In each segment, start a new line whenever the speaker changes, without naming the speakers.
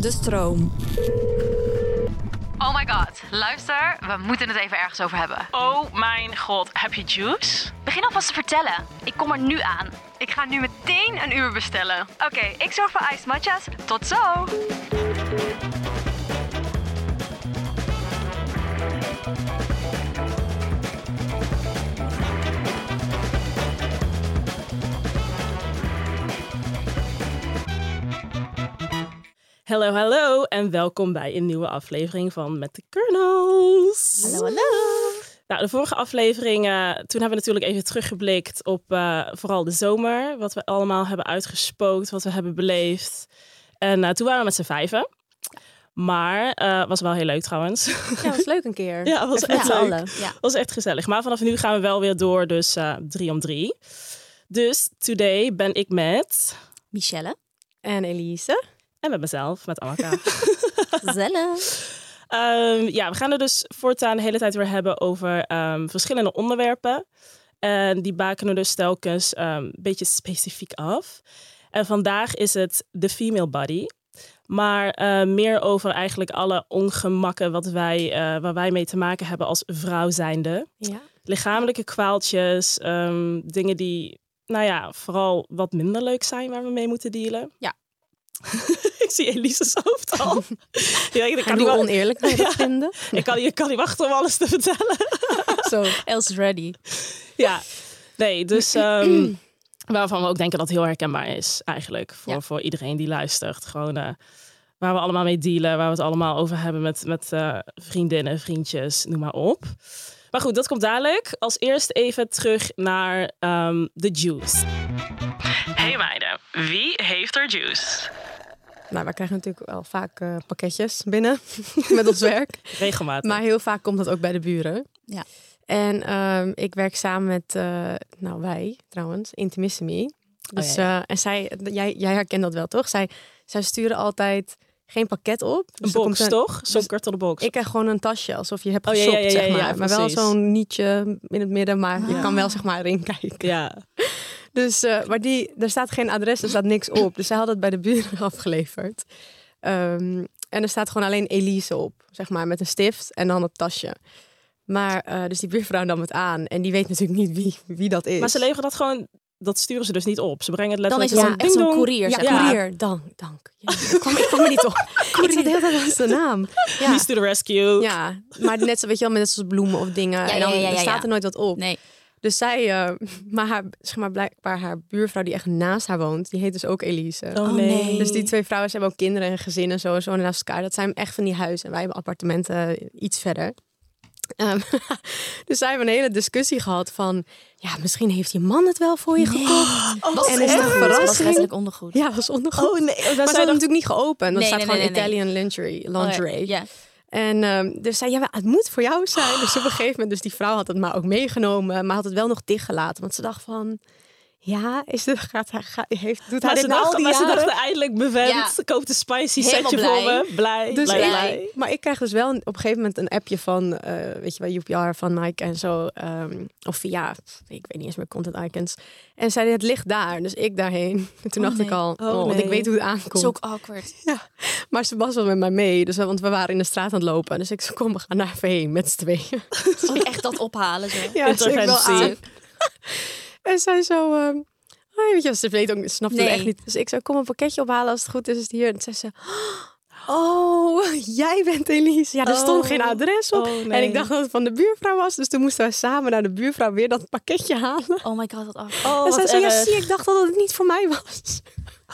de stroom.
Oh my god, luister, we moeten het even ergens over hebben.
Oh mijn god, heb je juice?
Begin alvast te vertellen. Ik kom er nu aan.
Ik ga nu meteen een uur bestellen.
Oké, ik zorg voor ijs matcha's.
Tot zo!
Hallo, hallo en welkom bij een nieuwe aflevering van Met de Kernels.
Hallo, hallo.
Nou, de vorige aflevering, eh, toen hebben we natuurlijk even teruggeblikt op eh, vooral de zomer. Wat we allemaal hebben uitgespookt, wat we hebben beleefd. En eh, toen waren we met z'n vijven. Maar, eh was wel heel leuk trouwens.
Ja, was leuk een keer.
Ja, was
Even met
echt
z'n
leuk.
allen. Ja.
was echt gezellig. Maar vanaf nu gaan we wel weer door, dus eh, drie om drie. Dus today ben ik met...
Michelle. En Elise.
En met mezelf, met Annika.
Gezellig.
Ehm, ja, we gaan het dus voortaan de hele tijd weer hebben over ehm, verschillende onderwerpen. En die bakenen we dus telkens ehm, een beetje specifiek af. En vandaag is het de female body. Maar eh, meer over eigenlijk alle ongemakken wat wij, eh, waar wij mee te maken hebben als vrouw zijnde.
Ja.
Lichamelijke kwaaltjes, ehm, dingen die, nou ja, vooral wat minder leuk zijn waar we mee moeten dealen.
Ja.
Ik zie Elise's hoofd al. ja, ik
Kan
niet
hoe
wel-
oneerlijk wij dat
Ja.
vinden.
ik kan, je kan niet wachten om alles te vertellen.
Zo, else ready.
Ja, nee, dus ehm, waarvan we ook denken dat het heel herkenbaar is eigenlijk. Voor,
Ja.
voor iedereen die luistert. Gewoon eh, waar we allemaal mee dealen, waar we het allemaal over hebben met, met eh, vriendinnen, vriendjes, noem maar op. Maar goed, dat komt dadelijk. Als eerst even terug naar ehm, de juice. Hey meiden, wie heeft er juice?
Nou, wij krijgen natuurlijk wel vaak eh, pakketjes binnen met ons werk.
Regelmatig. Oh,
Maar heel vaak komt dat ook bij de buren.
Ja.
En ehm, ik werk samen met, eh, nou wij trouwens, Intimissimi. Dus,
Oh, ja,
eh, en zij, jij, jij herkent dat wel toch? Zij, zij sturen altijd geen pakket op. Dus
een
er komt
box, toch? Zo'n kartonnen box.
Ik krijg gewoon een tasje, alsof je hebt
Oh, ja, ja,
geshopt,
ja, ja,
zeg maar.
ja,
maar wel
precies. Ah.
zo'n nietje in het midden, maar je kan wel zeg maar erin kijken.
Ja,
Dus, eh, maar die, er staat geen adres, er staat niks op. Dus zij had het bij de buren afgeleverd. Ehm, en er staat gewoon alleen Elise op, zeg maar, met een stift en dan het tasje. Maar, eh, dus die buurvrouw nam het aan en die weet natuurlijk niet wie, wie dat is.
maar ze leveren dat gewoon, dat sturen ze dus niet op. Ze brengen het
Dan
letterlijk
is het
gewoon
zo'n- echt zo'n
ding dong.
koerier.
Ja,
zeg maar.
courier, dank, dank. Jezus, ik, kwam, ik kwam er niet op. Ik zat de hele tijd aan zijn naam.
Ja.
Please to the rescue.
Ja, maar net, zo- weet je wel, net zoals bloemen of dingen.
Ja,
en dan
ja, ja, ja,
er staat
ja.
er nooit wat op.
Nee.
Dus zij, eh, maar, haar, zeg maar blijkbaar haar buurvrouw die echt naast haar woont, die heet dus ook Elise.
Oh nee.
nee.
Dus die twee vrouwen ze hebben ook kinderen en gezinnen en zo, en zo naast elkaar. Dat zijn echt van die huizen. En wij hebben appartementen eh, iets verder. Ehm, dus zij hebben een hele discussie gehad van... Ja, misschien heeft je man het wel voor je gekocht.
Was
en is het
echt?
een
Was
verrassing?
letterlijk ondergoed.
Ja, was ondergoed.
Oh nee,
maar
dat
ze hadden
zijn
het
dan...
natuurlijk niet geopend. Dat
Nee,
staat
nee,
gewoon
nee, nee, nee.
Italian lingerie.
Oh,
lingerie.
Ja.
En ehm, dus zei, ja, maar het moet voor jou zijn. Dus op een gegeven moment, dus die vrouw had het maar ook meegenomen, maar had het wel nog dichtgelaten. Want ze dacht van, ja, is dit, gaat, hij- ga- heeft, doet hij
Maar
dit
ze,
nou al
dachten,
die
maar ze
jaren?
dachten eindelijk, mijn vent,
Ja.
koopt een spicy
Helemaal
setje
blij.
voor me. Blij,
Dus
blij,
ik-
blij.
Maar ik krijg dus wel een- op een gegeven moment een appje van, eh, weet je wel, UPR van Nike en zo. ehm, of via, pff, ik weet niet eens meer, Content Icons. En zeiden, het ligt daar. Dus ik daarheen. En toen
Oh,
dacht ik
nee.
al, oh,
Oh,
want
nee.
ik weet hoe het
Dat
aankomt.
is ook awkward.
Maar ze was wel met mij mee, dus, want we waren in de straat aan het lopen. Dus ik zei, kom, we gaan naar even met z'n tweeën.
Ook echt dat ophalen. Zo. Ah,
Ja, dus ik wel
Interventie.
aan. En zij zo... ehm, oh, weet je, wel, ze weet ook, ze snapt
Nee.
het echt niet. Dus ik zou kom een pakketje ophalen als het goed is, is het hier. En zei ze... Oh, jij bent Elise. Ja, er stond
Oh.
geen adres op.
Oh, nee.
En ik dacht dat het van de buurvrouw was. Dus toen moesten wij samen naar de buurvrouw weer dat pakketje halen.
Oh my god, wat awkward.
Oh,
en zij
wat
zei, ja
erg.
zie, ik dacht al dat het niet voor mij was.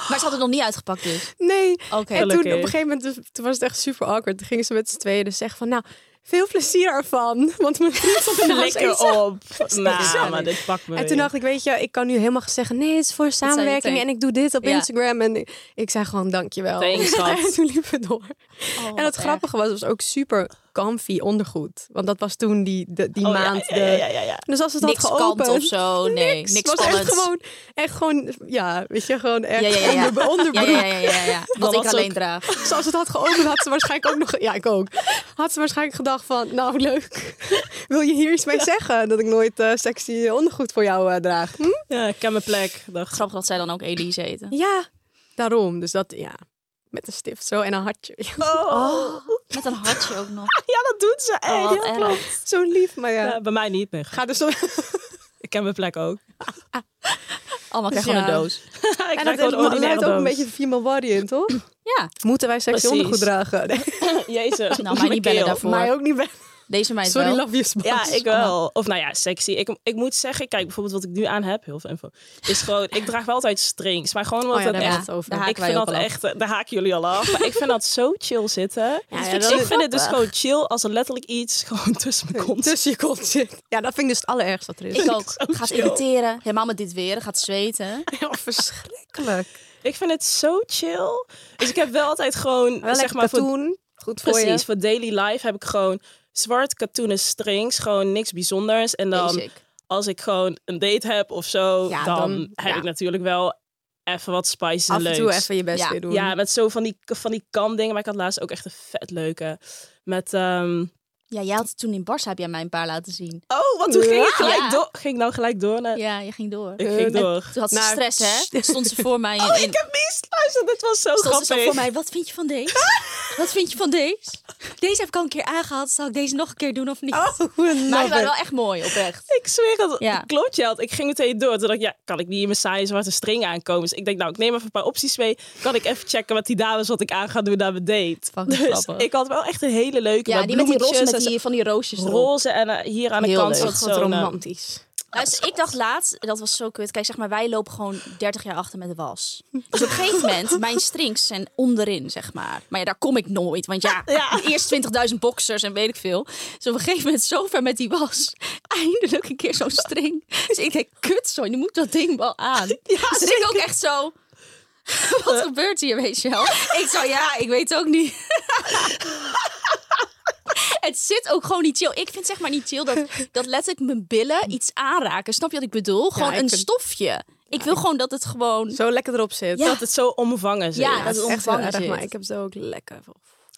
Maar ze had het nog niet uitgepakt dus.
Nee.
Oké.
En toen op een
Gelukkig.
gegeven moment, dus- toen was het echt super awkward. Toen gingen ze met z'n tweeën dus zeggen van, nou, veel plezier ervan. Want mijn vriend zat in de huis
Flikker op. Nou,
gezellig.
maar dit pakt me
En toen
weer.
dacht ik, weet je, ik kan nu helemaal zeggen... nee, het is voor
je
samenwerking en
tegen-
ik doe dit op
Ja.
Instagram. En ik, ik zei gewoon, dankjewel.
Thanks, schat.
en toen liepen we door.
Oh, wat
en het
erg.
grappige was, het was ook super comfy ondergoed. Want dat was toen die, de- die
Oh, ja,
maand.
ja,
de-
ja, ja, ja, ja.
Dus als het
Niks
had
kant
geopend...
of zo. Nee, niks,
Het was echt
spannends.
gewoon, echt gewoon, ja, weet je, gewoon echt
Ja, ja, ja, ja.
onder,
Ja,
onderbroek.
ja, ja, ja, ja, ja. Wat
Dan
ik
was
alleen
ook-
draag.
Dus als het had geopend, had ze waarschijnlijk ook nog... Ja, ik ook. Had ze waarschijnlijk gedacht van, nou leuk, wil je hier iets mee zeggen? Dat ik nooit eh, sexy ondergoed voor jou eh, draag? Hm?
Ja, ik ken mijn plek. Dacht.
Grappig dat zij dan ook Elise eten.
Ja, daarom. Dus dat, ja. Met een stift zo en een hartje.
Oh, met een hartje ook nog.
Ja, dat doet ze
Oh, wat
Ja,
erg.
klopt. Zo lief, maar ja.
Ja, bij mij niet. Nee,
Ga dus zo.
ik ken mijn plek ook.
Allemaal Oh, krijg
Dus
gewoon
ja.
een doos.
ik
En
raak
dat is-
gewoon
lijkt
ordinair
ook een beetje female body in, toch?
Ja,
Moeten wij sexy
Precies.
ondergoed dragen? Nee.
Jezus.
Nou, mij
mijn
niet bellen
keel.
daarvoor. Voor-
Mij ook niet bij.
deze meid
Sorry,
wel.
love you, Oh, Spas.
Ja, ik wel. Of nou ja, sexy. Ik, ik moet zeggen, kijk, bijvoorbeeld wat ik nu aan heb, heel veel info, is gewoon, ik draag wel altijd strings. Maar gewoon omdat
Oh ja,
het
daar
echt...
hebben we het over.
daar haken
ik
wij
vind
ook
dat
al af.
echt, eh, daar haken jullie al af. Maar ik vind dat zo chill zitten.
ja,
ik
dat
vind
is
het dus gewoon chill als er letterlijk iets gewoon tussen me komt.
Tussen Dus je kont zit. Ja, dat vind ik dus het allerergste wat er is.
Ik ook.
Zo
Gaat
chill.
irriteren. Helemaal met dit weer. Gaat zweten.
Ja, verschrikkelijk.
Ik vind het zo chill. Dus ik heb wel altijd gewoon,
Wel
zeg
lekker
maar, voor,
katoen. Goed voor
precies,
je.
voor daily life heb ik gewoon zwart katoenen strings. Gewoon niks bijzonders. En dan
Basic.
als ik gewoon een date heb of zo,
Ja,
dan,
dan-
heb
ja.
ik natuurlijk wel even wat spices en
Af en toe
leuks.
even je best
Ja.
weer doen.
Ja, met zo van die, van die kam dingen. Maar ik had laatst ook echt een vet leuke. Met, ehm,
Ja, jij had toen in Barça heb jij mij een paar laten zien.
oh, want toen ging ik gelijk
Ja.
door. Ging ik nou gelijk door naar...
Ja, je ging door.
Ik ging
Eh,
door.
Toen had ze
Nou,
stress, hè?
pst.
Stond ze voor mij in...
Oh,
in-
ik heb misluisterd. Dit was zo
stond ze zo
grappig.
voor mij, wat vind je van deze? Wat vind je van deze? Deze heb ik al een keer aangehad. Zal ik deze nog een keer doen of niet?
Oh, love
maar die waren
it.
wel echt mooi, oprecht.
Ik zweer dat
Ja.
het klootje had. Ik ging meteen door. Toen dacht ik, ja, kan ik niet in mijn saaie zwarte string aankomen? Dus ik denk, nou, ik neem even een paar opties mee. Kan ik even checken wat die dames wat ik aan ga doen naar mijn date?
Fucking
Dus
grappig.
ik had wel echt een hele leuke.
Ja, die met die roze,
bloemetjes
met
en
die, van die roosjes
zo-
erop.
roze en eh, hier aan de
Heel
kant
leuk.
zat
Ach, wat
zo'n... eh,
romantisch.
Luister, Nou, dus ik dacht laatst, dat was zo kut. Kijk, zeg maar, wij lopen gewoon 30 jaar achter met de was. Dus op een gegeven moment, mijn strings zijn onderin, zeg maar. Maar ja, daar kom ik nooit. Want ja,
Ja.
eerst 20.000 boxers en weet ik veel. Dus op een gegeven moment, zo ver met die was. Eindelijk een keer zo'n string. Dus ik denk, kut zo, je moet dat ding wel aan. dus ik denk ook echt zo... Wat gebeurt hier, weet je wel? Eh. Ik zo, ja, ik weet ook niet. Het zit ook gewoon niet chill. Ik vind zeg maar niet chill dat, dat letterlijk mijn billen iets aanraken. Snap je wat ik bedoel? Gewoon
ik
een
vind-
stofje. Ik wil gewoon dat het gewoon...
Zo lekker erop zit.
Ja.
Dat het zo omvangen zit.
Ja, dat
is
het
echt heel
omvangen
erg,
zit.
maar ik heb ze ook lekker.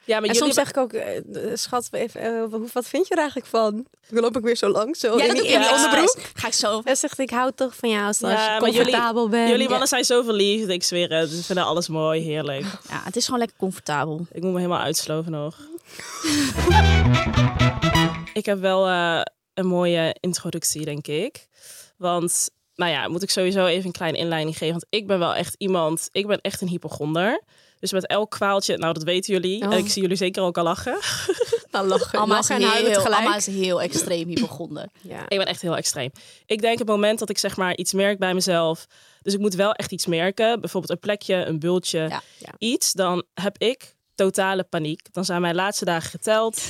Ja, maar
En
jullie
soms zeg ik ook, eh, schat, even, eh, hoe- wat vind je er eigenlijk van? Dan loop ik weer zo lang, zo in,
dat
die,
doe
in
ik
die
ook.
onderbroek.
Ga ik zo...
En zegt, ik hou toch van jou als
Ja, maar jullie-
comfortabel bent.
Jullie mannen zijn zo verliefd, ik zweer het. Ze vinden alles mooi, heerlijk.
Ja, het is gewoon lekker comfortabel.
Ik moet me helemaal uitsloven nog. ik heb wel eh, een mooie introductie, denk ik. Want, nou ja, moet ik sowieso even een kleine inleiding geven. Want ik ben wel echt iemand, ik ben echt een hypochonder. Dus met elk kwaaltje, nou dat weten jullie.
Oh.
En ik zie jullie zeker ook al lachen.
Dan lachen,
Alma is,
lachen en huilen
heel,
tegelijk.
Alma is heel extreem hypochonder.
Ja.
Ik ben echt heel extreem. Ik denk het moment dat ik zeg maar iets merk bij mezelf. Dus ik moet wel echt iets merken. Bijvoorbeeld een plekje, een bultje,
Ja,
ja.
iets. Dan heb ik totale paniek. Dan zijn mijn laatste dagen geteld.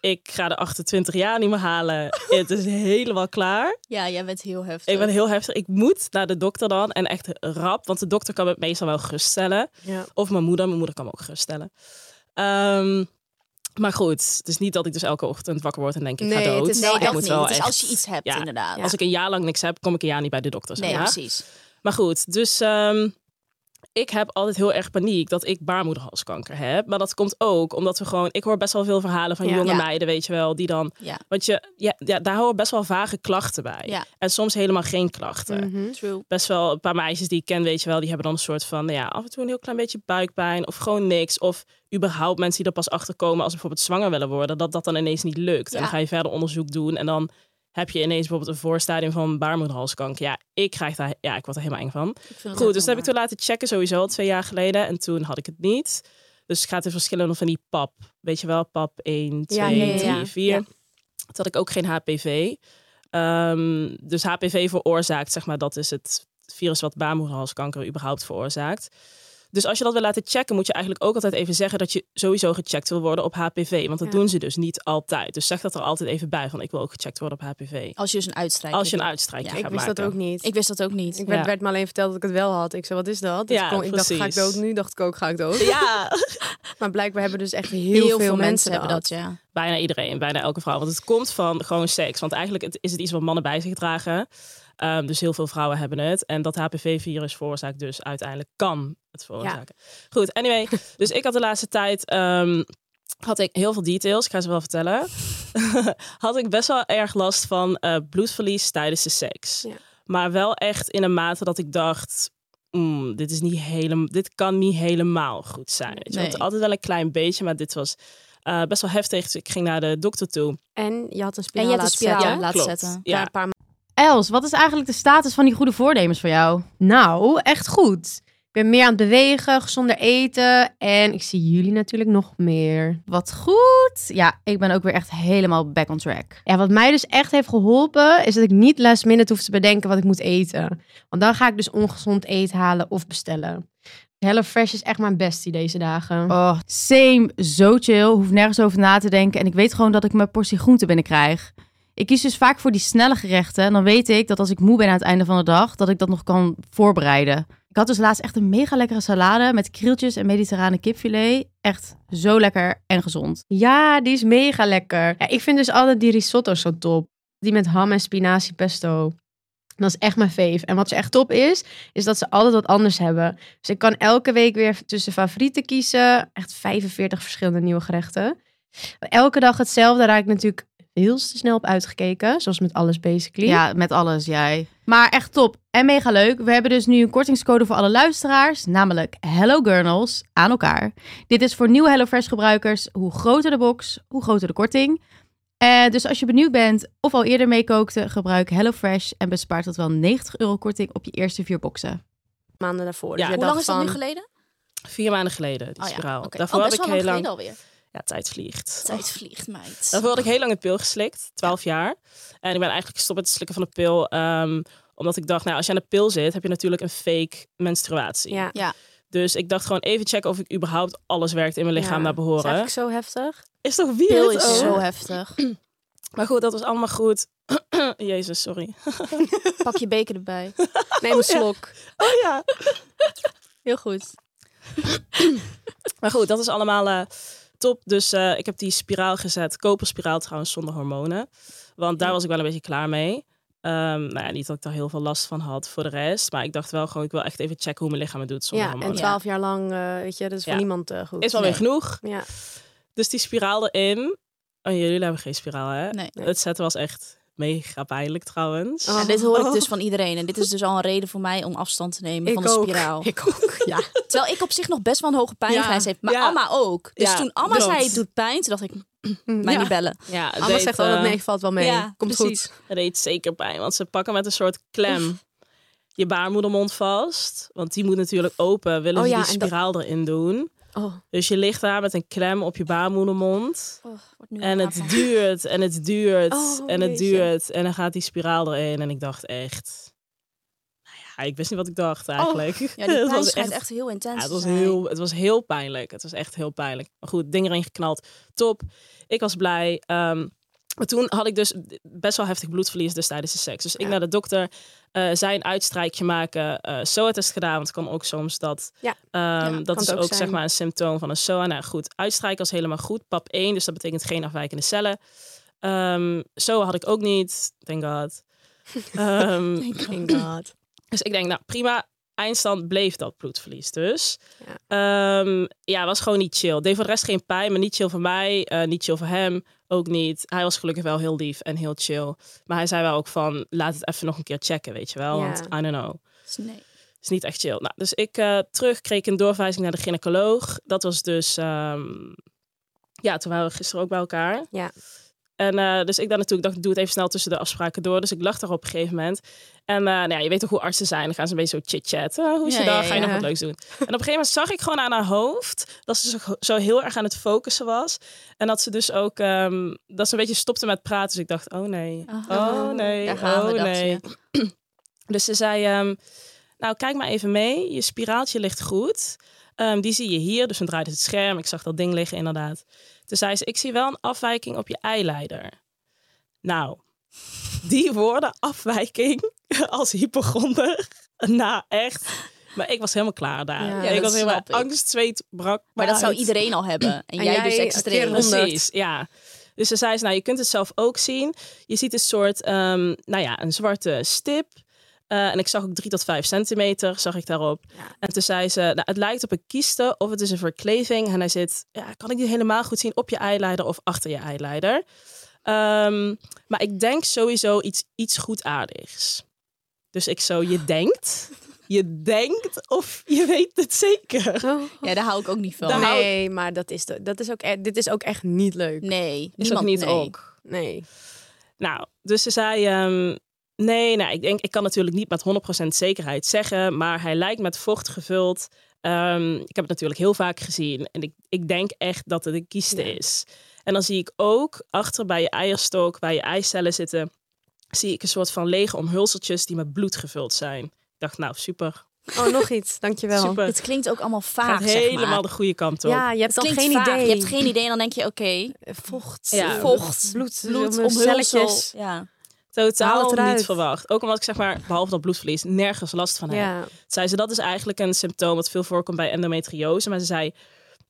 Ik ga de 28 jaar niet meer halen. Het is helemaal klaar.
Ja, jij bent heel heftig.
Ik ben heel heftig. Ik moet naar de dokter dan. En echt rap. Want de dokter kan me meestal wel geruststellen.
Ja.
Of mijn moeder. Mijn moeder kan me ook geruststellen. Ehm, maar goed, het is niet dat ik dus elke ochtend wakker word en denk ik
Nee,
ga
het
dood.
is
Nee,
wel
ik
dat
moet
niet.
wel
Het is
echt-
als je iets hebt,
ja,
inderdaad.
als ik een jaar lang niks heb, kom ik een jaar niet bij de dokter. zeg
Nee,
maar.
precies.
Maar goed, dus ehm, ik heb altijd heel erg paniek dat ik baarmoederhalskanker heb. Maar dat komt ook omdat we gewoon... Ik hoor best wel veel verhalen van
Ja.
jonge
Ja.
meiden, weet je wel, die dan...
Ja,
Want je, ja, ja, daar horen best wel vage klachten bij.
Ja. Mhm.
En soms helemaal geen klachten.
true.
Best wel een paar meisjes die ik ken, weet je wel, die hebben dan een soort van... nou Ja, af en toe een heel klein beetje buikpijn of gewoon niks. Of überhaupt mensen die er pas achter komen als ze bijvoorbeeld zwanger willen worden. Dat dat dan ineens niet lukt. En
Ja.
dan ga je verder onderzoek doen en dan... Heb je ineens bijvoorbeeld een voorstadium van baarmoederhalskanker? Ja, ik krijg daar, ja, ik word er helemaal eng van.
Ik vind het
Goed, dus
ook
dat heb ik
jammer.
toen laten checken sowieso al twee jaar geleden. En toen had ik het niet. Dus het gaat in verschillende van die pap. Weet je wel, pap 1, 2,
Ja, ja, ja,
3,
ja.
4.
Ja.
Toen had ik ook geen HPV. Ehm, dus HPV veroorzaakt, zeg maar, dat is het virus wat baarmoederhalskanker überhaupt veroorzaakt. Dus als je dat wil laten checken, moet je eigenlijk ook altijd even zeggen dat je sowieso gecheckt wil worden op HPV. Want dat
Ja.
doen ze dus niet altijd. Dus zeg dat er altijd even bij, van ik wil ook gecheckt worden op HPV.
Als je dus een uitstrijking
Als je een
doet.
uitstrijking
Ja,
gaat
Oh, Ik wist
maken.
dat ook niet.
Ik wist dat ook niet.
Ik werd,
Ja.
werd me alleen verteld dat ik het wel had. Ik zei, wat is dat? Dus
Ja,
ik kon- ik dacht, ga ik
precies.
dood? Nu dacht ik ook, ga ik dood.
Ja,
Maar blijkbaar hebben dus echt heel,
Heel, veel mensen hebben
dat.
dat, ja.
bijna iedereen, bijna elke vrouw. Want het komt van gewoon seks. Want eigenlijk het- is het iets wat mannen bij zich dragen. Ehm, dus heel veel vrouwen hebben het. En dat HPV-virus veroorzaakt dus uiteindelijk kan het veroorzaken. Goed, anyway. Dus ik had de laatste tijd... ehm, had ik heel veel details, ik ga ze wel vertellen. had ik best wel erg last van eh, bloedverlies tijdens de seks.
Ja.
Maar wel echt in een mate dat ik dacht... mm, dit, is niet helemaal, dit kan niet helemaal goed zijn. Weet je? Want
Nee.
altijd wel een klein beetje, maar dit was eh, best wel heftig. Dus ik ging naar de dokter toe.
En je had een
En
spiraal
je hebt de
laten
spiraal
zetten.
laten
Klopt.
zetten.
Ja,
Ja.
een paar
Els, wat is eigenlijk de status van die goede voornemens voor jou?
Nou, echt goed. Ik ben meer aan het bewegen, gezonder eten. En ik zie jullie natuurlijk nog meer.
Wat goed. Ja, ik ben ook weer echt helemaal back on track.
Ja, wat mij dus echt heeft geholpen, is dat ik niet last minute hoef te bedenken wat ik moet eten. Want dan ga ik dus ongezond eten halen of bestellen. HelloFresh is echt mijn bestie deze dagen.
Oh, same. Zo chill. Hoef nergens over na te denken. En ik weet gewoon dat ik mijn portie groente binnenkrijg. Ik kies dus vaak voor die snelle gerechten. En dan weet ik dat als ik moe ben aan het einde van de dag, dat ik dat nog kan voorbereiden. Ik had dus laatst echt een mega lekkere salade met krieltjes en mediterrane kipfilet. Echt zo lekker en gezond.
Ja, die is mega lekker. Ja, ik vind dus altijd die risotto zo top. Die met ham en spinazie pesto. Dat is echt mijn fave. En wat ze echt top is, is dat ze altijd wat anders hebben. Dus ik kan elke week weer tussen favorieten kiezen. Echt 45 verschillende nieuwe gerechten. Elke dag hetzelfde raak ik natuurlijk heel te snel op uitgekeken. Zoals met alles basically.
Ja, met alles, jij. Maar echt top en mega leuk. We hebben dus nu een kortingscode voor alle luisteraars, namelijk Hello Gurnals aan elkaar. Dit is voor nieuwe HelloFresh gebruikers. Hoe groter de box, hoe groter de korting. Eh, dus als je benieuwd bent of al eerder meekookte, gebruik HelloFresh en bespaart tot wel 90 euro korting op je eerste vier boxen.
maanden daarvoor.
Ja.
Dus jij
Hoe lang is
dacht
dat nu
van,
geleden?
Vier maanden geleden, die
Oh ja,
spiraal.
oké.
Daarvoor
oh,
had
best
ik
wel
heel
lang
lang...
geleden alweer.
Ja, tijd vliegt.
Tijd vliegt, meid.
Daarvoor had ik heel lang een pil geslikt, 12 jaar. En ik ben eigenlijk gestopt met het slikken van de pil. ehm, omdat ik dacht, nou, als je aan de pil zit, heb je natuurlijk een fake menstruatie.
ja.
Dus ik dacht gewoon even checken of ik überhaupt alles werkt in mijn lichaam
Ja.
naar
Is
behoren.
eigenlijk zo heftig.
Is toch
Pil
weird?
is
Oh.
ook?
zo heftig.
Maar goed, dat was allemaal goed. Jezus, sorry.
Pak je beker erbij.
Neem een slok.
Oh ja.
Heel goed.
Maar goed, dat is allemaal eh, top. Dus eh, ik heb die spiraal gezet. Koperspiraal trouwens, zonder hormonen. Want daar was ik wel een beetje klaar mee. Ehm nou ja, niet dat ik daar heel veel last van had voor de rest. Maar ik dacht wel gewoon, ik wil echt even checken hoe mijn lichaam het doet zonder
Ja, en
hormonen.
twaalf jaar lang, eh, weet je, dat is voor
Ja.
niemand eh, goed.
Is wel weer genoeg.
Ja.
Dus die spiraal erin. Oh, jullie hebben geen spiraal, hè?
Nee.
Het zetten was echt mega pijnlijk trouwens.
Oh.
Ja, dit hoor ik dus van iedereen. En dit is dus al een reden voor mij om afstand te nemen
Ik
van de
ook.
spiraal.
Ik ook, ja.
Terwijl ik op zich nog best wel een hoge pijngrijs heb. Maar
Ja.
Amma ook. Dus
Ja,
toen Amma
klopt.
zei het doet pijn, toen dacht ik, mij niet bellen.
Ja, het
Amma
deed,
zegt altijd,
eh,
nee, valt wel mee.
ja,
Komt
precies.
goed.
het deed zeker pijn, want ze pakken met een soort klem je baarmoedermond vast. Want die moet natuurlijk open, willen
Oh
ze
ja,
die
en dat-
spiraal erin doen.
Oh.
Dus je ligt daar met een klem op je baarmoedermond.
Oh, wordt nu
En
een
het
avond.
duurt en het duurt
Oh,
en het
jeetje.
duurt. En dan gaat die spiraal erin. En ik dacht echt... Nou ja, ik wist niet wat ik dacht
Oh,
eigenlijk.
Ja, die
Het
pijn
was
schijnt
echt
echt, heel intens
Ja, het,
te
was
zijn.
heel, het was heel pijnlijk. Het was echt heel pijnlijk. Maar goed, ding erin geknald. Top. Ik was blij. Ehm, maar toen had ik dus best wel heftig bloedverlies dus tijdens de seks. Dus ik naar de dokter, eh zij een uitstrijkje maken. eh SOA-test gedaan, want het kan ook soms dat...
Ja.
ehm,
Ja, kan
dat is
het
ook,
ook
zeg
zijn.
maar een symptoom van een SOA. Nou goed, uitstrijken was helemaal goed. PAP 1, dus dat betekent geen afwijkende cellen. Ehm SOA had ik ook niet, thank god. Ehm,
Thank God.
dus ik denk, nou prima. Eindstand bleef dat bloedverlies dus. Ja, ja was gewoon niet chill. Deed voor de rest geen pijn, maar niet chill voor mij. eh, niet chill voor hem, ook niet. Hij was gelukkig wel heel lief en heel chill. Maar hij zei wel ook van, laat het even nog een keer checken, weet je wel.
Ja.
Want I don't know.
Dus nee.
is niet echt chill. Nou, dus ik eh, terug kreeg ik een doorverwijzing naar de gynaecoloog. Dat was dus... ehm, ja, toen waren we gisteren ook bij elkaar.
Ja.
En eh, dus ik daar naartoe. Ik dacht, ik doe het even snel tussen de afspraken door. Dus ik lag daar op een gegeven moment. En eh, nou ja, je weet toch hoe artsen zijn. Dan gaan ze een beetje zo chit-chatten. Ah, hoe is je
Ja,
dag?
ja,
Ga je nog
ja.
wat leuks doen? En op een gegeven moment zag ik gewoon aan haar hoofd... dat ze zo, zo heel erg aan het focussen was. En dat ze dus ook... ehm, dat ze een beetje stopte met praten. Dus ik dacht, oh nee.
Ah.
Oh nee.
Daar gaan
oh
we, dacht
nee.
je.
Dus ze zei, ehm, nou kijk maar even mee. Je spiraaltje ligt goed. Ehm, die zie je hier. Dus dan draaide het scherm. Ik zag dat ding liggen inderdaad. Toen zei ze, ik zie wel een afwijking op je eileider. Nou, die woorden afwijking als hypochonder. Nou, echt. Maar ik was helemaal klaar daar.
Ja,
ik
dat
was helemaal
snap ik.
angst, zweet, brak.
Maar dat zou
uit.
iedereen al hebben. En,
En
jij,
jij
dus
een
extreem.
keer honderd.
Precies, ja. Dus ze zei ze, nou, je kunt het zelf ook zien. Je ziet een soort, ehm, nou ja, een zwarte stip. Eh, en ik zag ook drie tot vijf centimeter, zag ik daarop. En toen zei ze, nou, het lijkt op een kiste of het is een verkleving. En hij zit, ja, kan ik niet helemaal goed zien op je eileider of achter je eileider. Ehm, maar ik denk sowieso iets, iets goedaardigs. Dus ik zo, je denkt? je denkt of je weet het zeker.
Ja, daar hou ik ook niet van.
Daar-
Nee, maar dat is, de- dat is ook, e- dit is ook echt niet leuk.
Nee,
Is
niemand
dat niet
nee.
ook?
Nee.
Nou, dus ze zei... ehm, nee, nou, ik denk, ik kan natuurlijk niet met 100% zekerheid zeggen... maar hij lijkt met vocht gevuld. Ehm, ik heb het natuurlijk heel vaak gezien. En ik, ik denk echt dat het een kieste is. En dan zie ik ook achter bij je eierstok, waar je eicellen zitten... zie ik een soort van lege omhulseltjes die met bloed gevuld zijn. Ik dacht, nou, super.
Oh, nog iets. Dankjewel.
Super.
Het klinkt ook allemaal vaag,
Gaat
zeg maar.
helemaal de goede kant op.
Ja, je hebt
Het
dan
klinkt
geen
vaag.
idee.
Je hebt geen idee en dan denk je, oké,
vocht.
Ja,
eh,
vocht,
Bloed,
bloed,
om celletjes.
omhulsel. Ja.
Haal
Totaal
het
niet
eruit.
verwacht. Ook omdat ik zeg maar, behalve dat bloedverlies, nergens last van heb.
Ja.
Zei ze, dat is eigenlijk een symptoom wat veel voorkomt bij endometriose. Maar ze zei,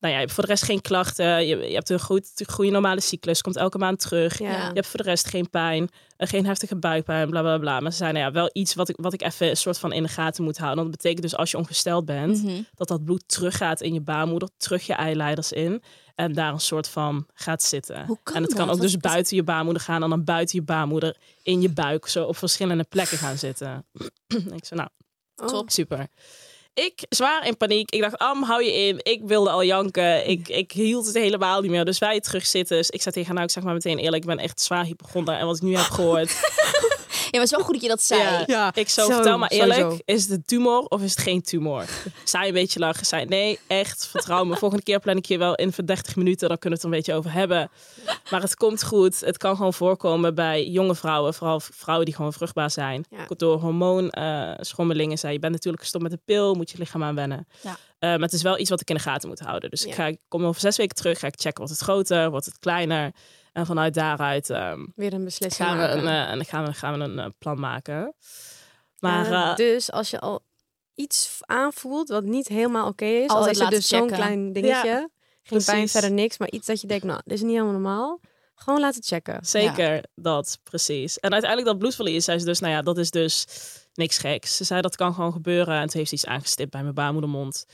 nou ja, je hebt voor de rest geen klachten. Je, je hebt een goed, goede normale cyclus, komt elke maand terug.
Ja.
Je hebt voor de rest geen pijn, eh, geen heftige buikpijn, bla bla bla. Maar ze zei, nou ja, wel iets wat ik, wat ik even een soort van in de gaten moet houden. Want dat betekent dus als je ongesteld bent,
Mhm.
dat dat bloed teruggaat in je baarmoeder, terug je eileiders in. En daar een soort van gaat zitten.
Hoe kan
en het
dat?
kan ook
Wat
dus
is-
buiten je baarmoeder gaan en dan buiten je baarmoeder in je buik. Zo op verschillende plekken gaan zitten. ik zei, nou,
Oh.
super. Ik zwaar in paniek. Ik dacht, Am, hou je in. Ik wilde al janken. Ik, ik hield het helemaal niet meer. Dus wij terugzitten. Dus ik zei tegen haar, nou, ik zeg maar meteen eerlijk, ik ben echt zwaar hypochonder. En wat ik nu heb gehoord,
Ja, maar het is wel goed dat je dat zei.
ja.
Ja,
Ik zo,
zo,
vertel maar eerlijk,
sowieso.
is het een tumor of is het geen tumor? Zij een beetje lachen, zei nee, echt, vertrouw me. Volgende keer plan ik je wel in voor 30 minuten, dan kunnen we het er een beetje over hebben. Maar het komt goed, het kan gewoon voorkomen bij jonge vrouwen, vooral vrouwen die gewoon vruchtbaar zijn.
Ja.
Door hormoonschommelingen, zei je bent natuurlijk gestopt met de pil, moet je lichaam aan wennen.
Ja.
Eh, maar het is wel iets wat ik in de gaten moet houden. Dus ik,
Ja.
ga, ik kom over zes weken terug, ga ik checken, wordt het groter, wordt het kleiner? En vanuit daaruit... ehm,
Weer een beslissing
gaan we
maken.
een, eh, en dan gaan we, gaan we een eh, plan maken.
Ja,
Maar eh,
dus als je al iets aanvoelt wat niet helemaal oké is,
Altijd
al is het
laten
dus zo'n
checken.
klein dingetje,
Ja,
geen pijn,
precies.
verder niks, maar iets dat je denkt, nou, dit is niet helemaal normaal, gewoon laten checken.
zeker dat, precies. En uiteindelijk dat bloedverlies, zei ze dus, nou ja, dat is dus niks geks. Ze zei, dat kan gewoon gebeuren. En toen heeft ze iets aangestipt bij mijn baarmoedermond,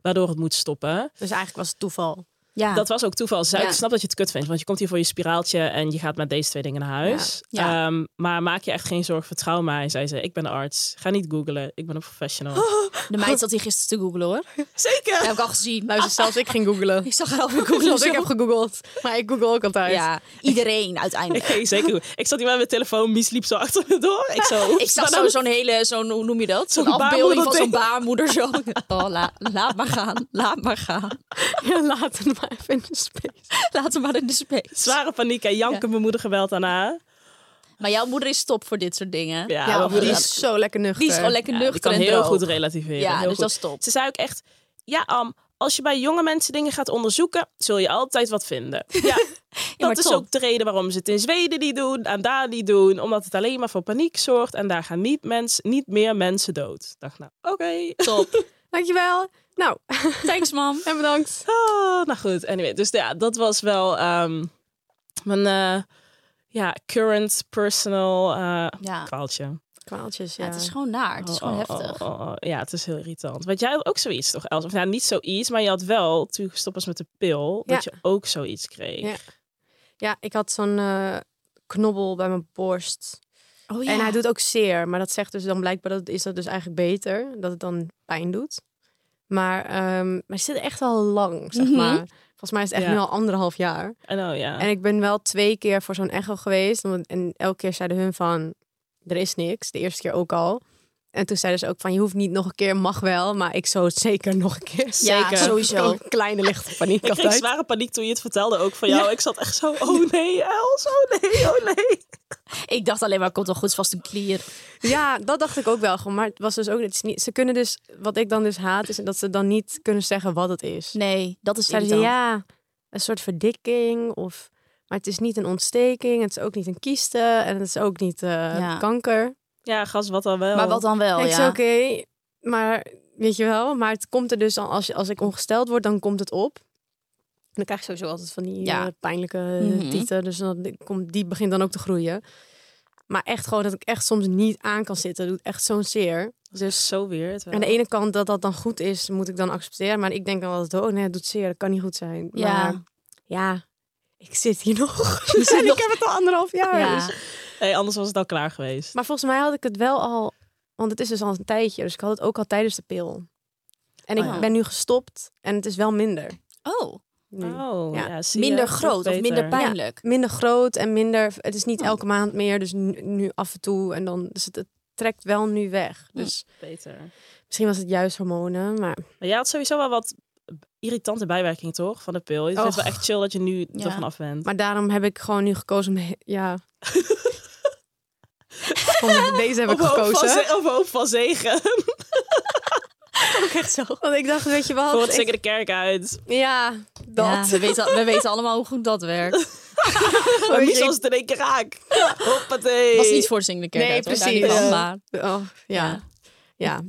waardoor het moet stoppen.
Dus eigenlijk was het toeval.
Ja.
Dat was ook toeval. Ze zei,
Ja.
ik snap dat je het kut vindt, want je komt hier voor je spiraaltje en je gaat met deze twee dingen naar huis.
Ja. Ja.
Ehm, maar maak je echt geen zorgen, vertrouw mij, zei ze. Ik ben een arts, ga niet googlen, ik ben een professional.
De meid zat hier gisteren te googlen hoor.
Zeker!
Dat heb ik al gezien.
Luister, Dus zelfs ik ging googelen.
Ik zag haar al weer googlen.
Zelfs ik heb gegoogeld. Maar ik google ook altijd.
Ja, iedereen
Ik
uiteindelijk.
ging zeker goed. Ik zat hier met mijn telefoon, Mies liep zo achter me door. Ik zo,
Ik zag zo- zo'n hele, zo'n, hoe noem je dat? Zo'n
Zo'n
afbeelding van
baarmoeder
zo'n baarmoeder. Zo. Oh, la- laat maar gaan, laat maar gaan.
Ja, laat het maar even in de space.
Laat hem maar in de space.
Zware paniek en janken, mijn moeder geweld aan haar.
Maar jouw moeder is top voor dit soort dingen.
Ja,
Ja,
mijn
die
moeder
dat-
is zo lekker nuchter.
Die is gewoon lekker
die
nuchter
kan
en
heel
droog.
goed relativeren.
Ja,
heel
dus
goed.
dat is top.
Ze zei ook echt, ja Am, als je bij jonge mensen dingen gaat onderzoeken, zul je altijd wat vinden. Ja,
maar
dat is
top.
ook de reden waarom ze het in Zweden niet doen en daar niet doen. Omdat het alleen maar voor paniek zorgt en daar gaan niet, mens, niet meer mensen dood. Ik dacht nou, oké.
Top.
Dankjewel. Nou,
Thanks, mam.
en bedankt.
Ah, nou goed, anyway. Dus ja, dat was wel ehm, mijn eh, ja, current personal eh
Ja.
kwaaltje.
Kwaaltjes, ja.
Ja, het is gewoon naar. Het is
Oh,
gewoon
oh,
heftig.
oh, oh, oh. Ja, het is heel irritant. Want jij had ook zoiets toch, Els? Of nou, niet zoiets, maar je had wel, toen je gestopt was met de pil, dat je ook zoiets kreeg.
Ja. Ja, ik had zo'n eh, knobbel bij mijn borst.
Oh,
En hij doet ook zeer. Maar dat zegt dus dan blijkbaar dat is dat dus eigenlijk beter. Dat het dan pijn doet. Maar, ehm, maar het zit echt al lang, zeg
Mhm.
maar. Volgens mij is het echt
Ja.
nu al anderhalf jaar.
En oh ja.
En ik ben wel twee keer voor zo'n echo geweest. omdat- En elke keer zeiden hun van, er is niks. De eerste keer ook al. En toen zeiden ze ook van, je hoeft niet nog een keer, mag wel. Maar ik zou het zeker nog een keer.
Ja,
zeker.
sowieso.
Een kleine lichte paniek
ik kreeg
altijd.
zware paniek toen je het vertelde ook van jou. Ik zat echt zo, oh nee, Els, oh nee, oh nee.
Ik dacht alleen maar, komt wel goed vast een klier.
Ja, dat dacht ik ook wel. gewoon, Maar het was dus ook, het is niet, ze kunnen dus, wat ik dan dus haat, is dat ze dan niet kunnen zeggen wat het is.
Nee, dat is
zeiden ze
irritant.
ja, een soort verdikking of. Maar het is niet een ontsteking, het is ook niet een kieste en het is ook niet eh,
Ja.
kanker.
Ja, gas, wat dan wel.
Maar wat dan wel,
ik
ja.
zei oké, maar weet je wel, maar het komt er dus al als, je- als ik ongesteld word, dan komt het op. En dan krijg je sowieso altijd van die
Ja.
eh, pijnlijke
Mhm.
tieten, dus dan komt, die begint dan ook te groeien. Maar echt gewoon dat ik echt soms niet aan kan zitten, doet echt zo'n zeer.
Dus zo weer.
Aan
e-
de ene kant dat dat dan goed is, moet ik dan accepteren. Maar ik denk dan altijd, oh nee, het doet zeer, dat kan niet goed zijn.
Ja.
Maar ja, ik zit hier nog.
zit
en
nog.
ik heb het al anderhalf jaar.
Ja.
dus-
Nee, anders was het al klaar geweest.
Maar volgens mij had ik het wel al Want het is dus al een tijdje. Dus ik had het ook al tijdens de pil. En ik
Oh ja.
ben nu gestopt en het is wel minder.
Oh,
nu.
Oh, ja.
Ja.
zie je,
minder
dat is
groot of minder
beter.
pijnlijk.
Minder groot en minder. Het is niet
Oh.
elke maand meer. Dus nu, nu af en toe. En dan, dus het, het trekt wel nu weg. Dus
Beter.
misschien was het juist hormonen. Maar
Maar jij had sowieso wel wat irritante bijwerking, toch? Van de pil. Het is
Och.
wel echt chill dat je nu
Ja.
ervan af bent.
Maar daarom heb ik gewoon nu gekozen om... he- Ja. Om- Deze heb ik
Op hoop van
gekozen.
ze- Op hoop van zegen.
Ook echt zo. Want ik dacht, weet je wat?
Voor het
ik-
zeker de kerk uit.
Ja, dat.
Ja, we, weten, we weten allemaal hoe goed dat werkt.
Maar
Weet je,
niet zoals het in één keer raak. Hoppatee.
was niet voor de zingende kerk
Nee,
uit, hoor, daar
precies.
niet van,
Ja.
maar
Oh, ja. ja.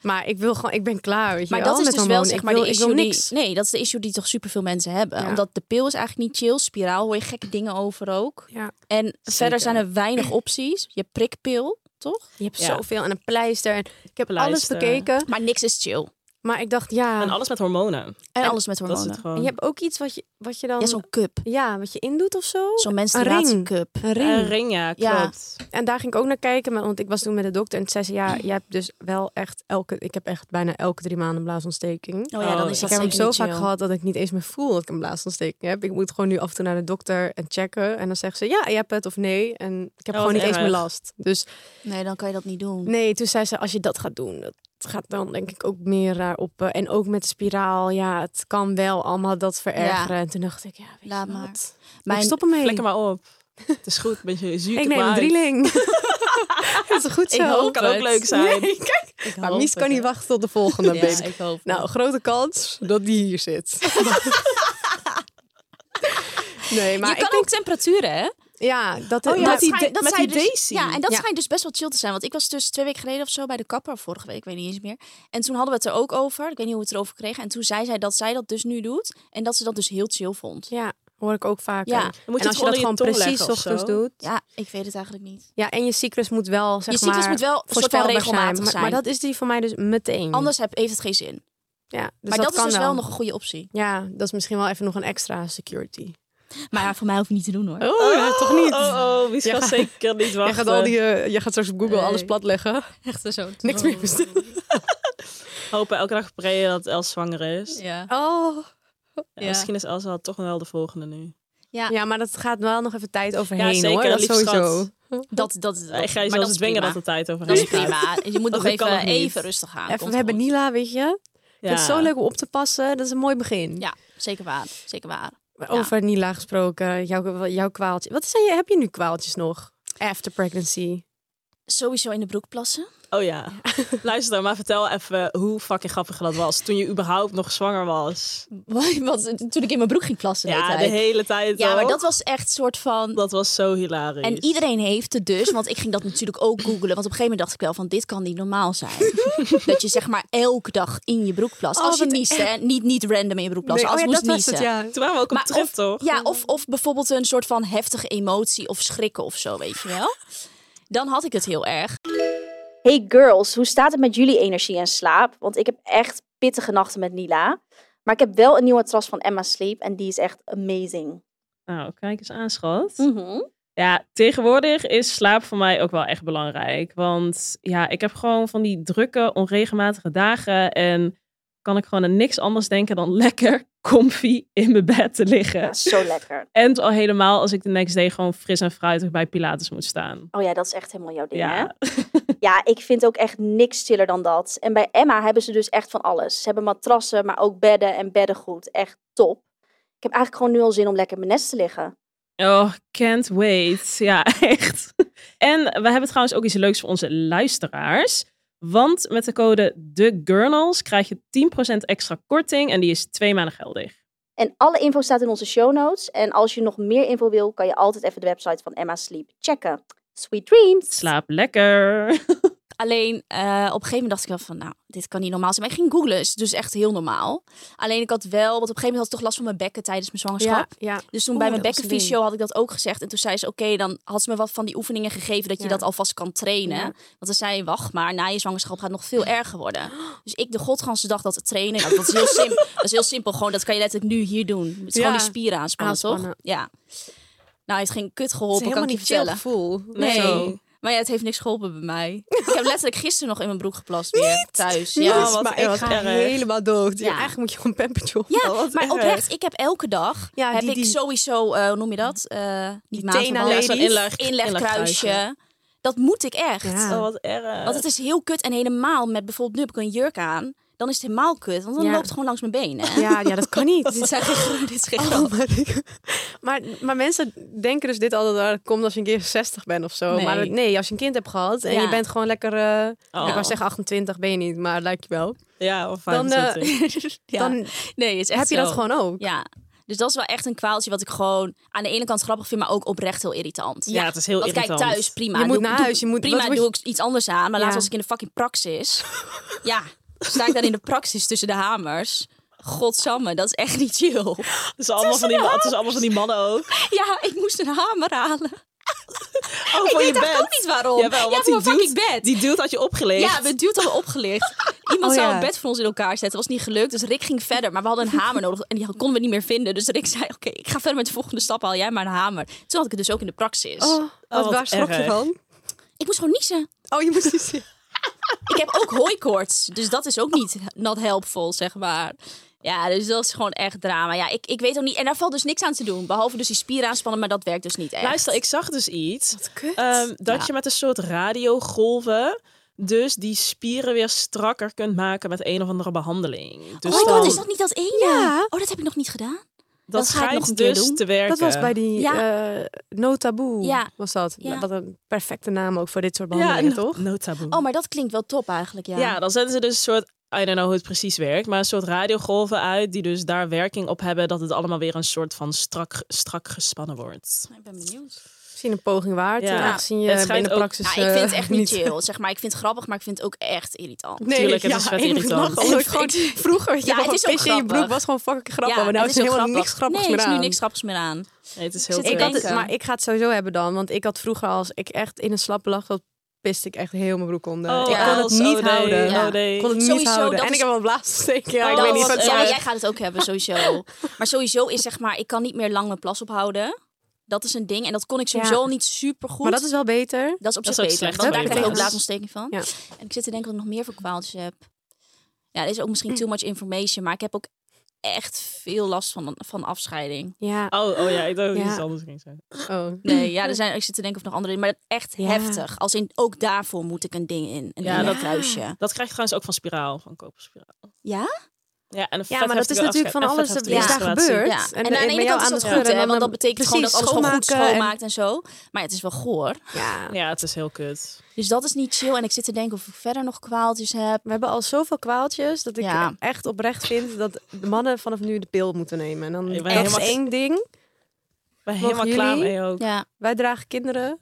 Maar ik wil gewoon... Ik ben klaar, weet je
maar
wel,
dat is
met
dus wel
hormonen.
zeg
Ik
maar
wil-
de
ik wil
issue die,
niks.
nee, dat is de issue die toch superveel mensen hebben.
Ja.
Omdat de pil is eigenlijk niet chill, spiraal hoor je gekke dingen over ook.
Ja.
En verder zijn er weinig opties. Je prikpil, toch?
Je hebt
Ja.
zoveel en een pleister. En ik heb alles
Pleister.
bekeken.
Maar niks is chill.
Maar ik dacht, ja.
En
En,
alles met hormonen.
alles met
Dat is het
hormonen.
gewoon.
je hebt ook iets wat je, wat je dan...
Ja, zo'n cup.
ja, wat je indoet of zo.
Zo'n
ring.
menstruatiecup.
Een ring.
Een ring, ja,
Ja.
klopt.
En daar ging ik ook naar kijken, maar- want ik was toen met de dokter. En zei ze, ja, je hebt dus wel echt elke... Ik heb echt bijna elke drie maanden een blaasontsteking.
Oh ja, dan
Oh, ja.
is
ik heb
dat
hem
zeker
zo
niet
vaak
chill.
gehad dat ik niet eens meer voel dat ik een blaasontsteking heb. Ik moet gewoon nu af en toe naar de dokter en checken. En dan zegt ze, ja, je hebt het of nee. En ik heb
Oh,
gewoon
wat
niet eens meer
erg.
last. Dus
Nee, dan kan je dat niet doen.
nee, toen zei ze, als je dat gaat doen, dat gaat dan denk ik ook meer daarop. eh, En ook met de spiraal, ja, het kan wel allemaal dat verergeren. En toen dacht ik, ja, weet
Laat
je
maar.
wat?
Mijn-
Ik stop ermee.
Flikker maar op. Het is goed, ben je zuur.
ik neem een drieling. dat is goed zo.
Ik hoop
Kan ook
het.
leuk zijn.
Nee, kijk.
Ik
Maar
hoop
Mies kan
het.
niet wachten tot de volgende
Ja,
baby.
ik hoop
Nou,
het.
grote kans dat die hier zit. nee, maar
je
ik
kan
denk-
ook temperaturen, hè?
ja, dat,
Oh ja,
dat,
die
schijnt-
de- met
zei
die
dus,
Daisy.
Ja, en dat
Ja.
schijnt dus best wel chill te zijn. Want ik was dus twee weken geleden of zo bij de kapper, vorige week, ik weet niet eens meer. En toen hadden we het er ook over. Ik weet niet hoe we het erover kregen. En toen zei zij dat zij dat dus nu doet. En dat ze dat dus heel chill vond.
ja, hoor ik ook vaker.
Ja.
En
Dan moet je
als
het
je dat
onder je
gewoon
tong
precies
leggen of
ochtends
zo.
doet.
Ja, ik weet het eigenlijk niet.
Ja, en je cyclus moet wel, zeg
Je cyclus
maar,
moet wel een soort van
voorspelbaar
regelmatig
Maar- Maar,
zijn.
dat is die voor mij dus meteen.
Anders heb, heeft het geen zin.
ja, dus
maar Mm. dat, is
kan
dus wel. nog een goede optie.
Ja, dat is misschien wel even nog een extra security.
Maar ja, voor mij hoef je niet te doen hoor.
Oh, ja, toch niet?
Oh, oh, Mies
Je
kan
gaat-
zeker niet wachten.
Je gaat, al die, eh, je gaat straks op Google
Nee.
alles platleggen.
Echt zo.
Niks meer bestellen.
Hopen elke dag prayen dat Els zwanger is.
Ja.
Oh.
Ja, Misschien is Els wel toch wel de volgende nu.
Ja.
Ja, maar dat gaat wel nog even tijd overheen
ja, zeker.
hoor. Dat
lieve
sowieso.
schat.
Dat, dat, dat,
Ik ga je
maar dat
zelfs
is
dwingen
prima.
dat de tijd overheen
Dat is
gaat.
prima. Je moet nog
Dat kan
even,
nog niet.
even rustig aan.
Even,
Komt
we hebben
goed.
Nila, weet je.
Ja.
Het is zo leuk om op te passen. Dat is een mooi begin.
Ja, zeker waar. Zeker waar.
Over Nila gesproken, jouw, jouw kwaaltje. Wat zijn je, heb je nu kwaaltjes nog? After pregnancy.
Sowieso in de broek plassen.
Oh ja. Luister, maar vertel even hoe fucking grappig dat was. Toen je überhaupt nog zwanger was.
Wat, wat- toen ik in mijn broek ging plassen.
Ja,
deed
de
hij.
hele tijd
ja maar
al.
dat was echt soort van.
Dat was zo hilarisch.
En iedereen heeft het dus, want ik ging dat natuurlijk ook googlen. Want op een gegeven moment dacht ik wel van, dit kan niet normaal zijn. dat je zeg maar elke dag in je broek plast.
Oh,
als je
wat oh
niest, hè. Niet, niet random in je broek plassen, als je moest niezen.
Toen waren we ook op
Maar
trip,
of-
toch?
Ja, of, of bijvoorbeeld een soort van heftige emotie of schrikken of zo, weet je wel. Dan had ik het heel erg.
Hey girls, hoe staat het met jullie energie en slaap? Want ik heb echt pittige nachten met Nila. Maar ik heb wel een nieuwe matras van Emma Sleep en die is echt amazing.
Nou, kijk eens aan, schat.
Mm. Mhm.
Ja, tegenwoordig is slaap voor mij ook wel echt belangrijk. Want ja, ik heb gewoon van die drukke, onregelmatige dagen. En kan ik gewoon aan niks anders denken dan lekker comfy in mijn bed te liggen.
Ja, zo lekker.
En al helemaal als ik de next day gewoon fris en fruitig bij Pilates moet staan.
Oh ja, dat is echt helemaal jouw ding, hè?
Ja,
Ja, ik vind ook echt niks chiller dan dat. En bij Emma hebben ze dus echt van alles. Ze hebben matrassen, maar ook bedden en beddengoed. Echt top. Ik heb eigenlijk gewoon nu al zin om lekker in mijn nest te liggen.
Oh, can't wait. Ja, echt. En we hebben trouwens ook iets leuks voor onze luisteraars. Want met de code TheGurnals krijg je 10% extra korting en die is twee maanden geldig.
En alle info staat in onze show notes. En als je nog meer info wil, kan je altijd even de website van Emma Sleep checken. Sweet dreams!
Slaap lekker.
Alleen eh, op een gegeven moment dacht ik wel van, nou, dit kan niet normaal zijn. Maar ik ging googlen, is dus echt heel normaal. Alleen ik had wel, want op een gegeven moment had ik toch last van mijn bekken tijdens mijn zwangerschap.
Ja, ja.
Dus toen
Oeh,
bij mijn
dat was een
bekkenfysio had ik dat ook gezegd. En toen zei ze, oké, dan had ze me wat van die oefeningen gegeven... dat je
Ja.
dat alvast kan trainen.
Ja.
Want dan zei je, wacht maar, na je zwangerschap gaat het nog veel erger worden. Dus ik de godganse dag dat trainen. Nou, dat, is heel simpel, dat is heel simpel, gewoon dat kan je letterlijk nu hier doen. Het is
Ja.
gewoon die spieren aanspannen,
Aanspannen.
toch? Ja. Nou, het ging kut
Het is
geholpen, kan
helemaal
ik je
niet chill
vertellen.
gevoel.
Nee.
Zo.
Maar ja, het heeft niks geholpen bij mij. Ik heb letterlijk gisteren nog in mijn broek geplast weer thuis. Ja,
Niet? wat-
maar
wat
ik ga
erg.
helemaal dood. Ja.
Ja.
Eigenlijk moet je gewoon pampertje op.
ja
Oh, wat
maar
erg.
oprecht, ik heb elke dag
Ja,
heb
die-
ik
die-
sowieso, eh, hoe noem je dat? Eh niet
Die
maandverband.
tena
Ja, zo'n
ladies.
inleg-
inlegkruisje.
inlegkruisje.
Dat moet ik echt.
Ja.
Oh, wat erg.
Want het is heel kut en helemaal met bijvoorbeeld nu heb ik een jurk aan. Dan is het helemaal kut, want dan
Ja.
loopt het gewoon langs mijn benen.
Ja, ja, dat kan niet. Dus
Dit zijn geen dit is geen
Oh,
grap.
maar, ik- maar, maar mensen denken dus dit altijd dat het komt als je een keer 60 bent of zo.
Nee.
Maar nee, als je een kind hebt gehad en
Ja.
je bent gewoon lekker... eh,
Oh.
Ik wou zeggen 28, ben je niet, maar lijkt je wel.
Ja, of
Dan, eh,
25.
Ja.
Dan
nee, het is echt
heb je dat
zo.
gewoon ook.
Ja. Dus dat is wel echt een kwaaltje wat ik gewoon aan de ene kant grappig vind, maar ook oprecht heel irritant.
Ja, het is heel
Want kijk,
irritant.
thuis prima.
Je moet
Doe-
naar
doe-
huis, je moet- wat
prima
moet je-
doe ik iets anders aan, maar
Ja.
laatst was ik in de fucking praxis. ja, sta ik daar in de praxis tussen de hamers. Godsamme, dat is echt niet chill.
Het is allemaal van die, het is allemaal van die mannen ook.
Ja, ik moest een hamer halen.
Oh,
Ik
voor je
weet echt
bed.
ook niet waarom.
Jawel,
ja,
want
voor
die
mijn fucking
dude-
bed.
Die dude had je opgeleefd.
Ja, we duwt hadden we opgelicht. Iemand
Oh
zou een bed voor ons in elkaar zetten. was niet gelukt, dus Rick ging verder. Maar we hadden een hamer nodig en die konden we niet meer vinden. Dus Rick zei, oké, ik ga verder met de volgende stap. Haal jij maar een hamer. Toen had ik het dus ook in de praxis.
Oh, wat,
wat
waar schrok je
erg.
van?
Ik moest gewoon niezen.
Oh, je moest iets zien.
Ik heb ook hooikoorts. Dus dat is ook niet not helpful, zeg maar. Ja, dus dat is gewoon echt drama. Ja, ik, ik weet ook niet. En daar valt dus niks aan te doen. Behalve dus die spieren aanspannen, maar dat werkt dus niet echt.
Luister, ik zag dus iets.
kut.
ehm, dat
Ja.
je met een soort radiogolven... dus die spieren weer strakker kunt maken met een of andere behandeling. Dus
oh my
dan,
god, is dat niet dat ene?
Ja.
Oh, dat heb ik nog niet gedaan.
dat
dat ga ik
schijnt
nog een keer
dus
doen.
te werken.
Dat was bij die
Ja.
eh No Taboe,
Ja.
was dat.
Ja.
Wat een perfecte naam ook voor dit soort
ja,
behandelingen,
no-
toch?
No taboe.
Oh, maar dat klinkt wel top eigenlijk, ja.
ja. dan zetten ze dus een soort... I don't know hoe het precies werkt, maar een soort radiogolven uit... die dus daar werking op hebben... dat het allemaal weer een soort van strak, strak gespannen wordt.
Ik ben benieuwd.
Misschien een poging waard,
Ja.
ja. aangezien
Het
je
schijnt
in de
ook-
praxis...
Nou, ik vind het
eh,
echt niet chill, zeg maar. Ik vind het grappig, maar ik vind het ook echt irritant.
Nee,
Tuurlijk, het is vet
enig
irritant.
lachen.
En
Ik-
gewoon-
ik- vroeger, weet je,
Ja,
wel,
het is
een
ook
petje in je broek
grappig.
was gewoon fucking grappig.
Ja,
maar nou
het
is er
heel
helemaal
grappig.
niks grappigs
nee,
meer
er is
aan.
nu niks grappigs meer aan.
Nee, het is heel
Zit er
ik
te
had het,
denken.
maar ik ga het sowieso hebben dan. Want ik had vroeger als ik echt in een slappe lag zat, piste ik echt heel mijn broek onder.
Oh,
eh, ik kon het
Els,
niet
oh nee,
houden.
Ja.
Oh nee.
Ik kon het niet
Sowieso,
houden.
dat
En
is-
ik heb wel een blaassteek. Ja,
Oh,
ik weet niet wat
wat erg.
het
ja,
is.
jij gaat het ook hebben, sowieso. maar sowieso is zeg maar, ik kan niet meer lang mijn plas ophouden. Dat is een ding. En dat kon ik sowieso
Ja.
al niet super goed.
Maar dat is wel beter.
Dat is op
Dat
zich
is ook
beter.
slecht
Want
voor
daar
je
krijg je ook
blaas.
blaasontsteking van.
Ja.
En ik zit te denken wat ik nog meer voor kwaaltjes heb. Ja, dit is ook
Hm.
misschien too much information. Maar ik heb ook echt veel last van, van afscheiding.
Ja.
Oh, oh ja, ik dacht dat het
Ja.
iets anders ging zijn.
Oh.
Nee, ja, er zijn, ik zit te denken of nog andere dingen. Maar echt
Ja.
heftig. Als in, ook daarvoor moet ik een ding in. Een
Ja,
ja,
dat-
kruisje.
Dat krijg je trouwens ook van spiraal, van koperspiraal.
Ja?
Ja, en een
Ja,
vet
maar dat is
heftige
natuurlijk van
afscheid-
alles
een
dat
vet
is
is daar
heftige installatie.
gebeurd.
Ja. En, aan de ene kant is dat goed, hè,
dan
want dat betekent gewoon dat
precies,
alles gewoon goed
schoonmaken en-
schoonmaakt en zo. Maar ja, het is wel goor.
Ja.
Ja, het is heel kut.
Dus dat is niet chill. En ik zit te denken of ik verder nog kwaaltjes heb.
We hebben al zoveel kwaaltjes dat ik
Ja.
echt oprecht vind dat de mannen vanaf nu de pil moeten nemen. En dan
Ik ben
echt
helemaal-
één ding.
Ik ben helemaal
jullie?
klaar mee ook.
Ja.
Wij dragen kinderen.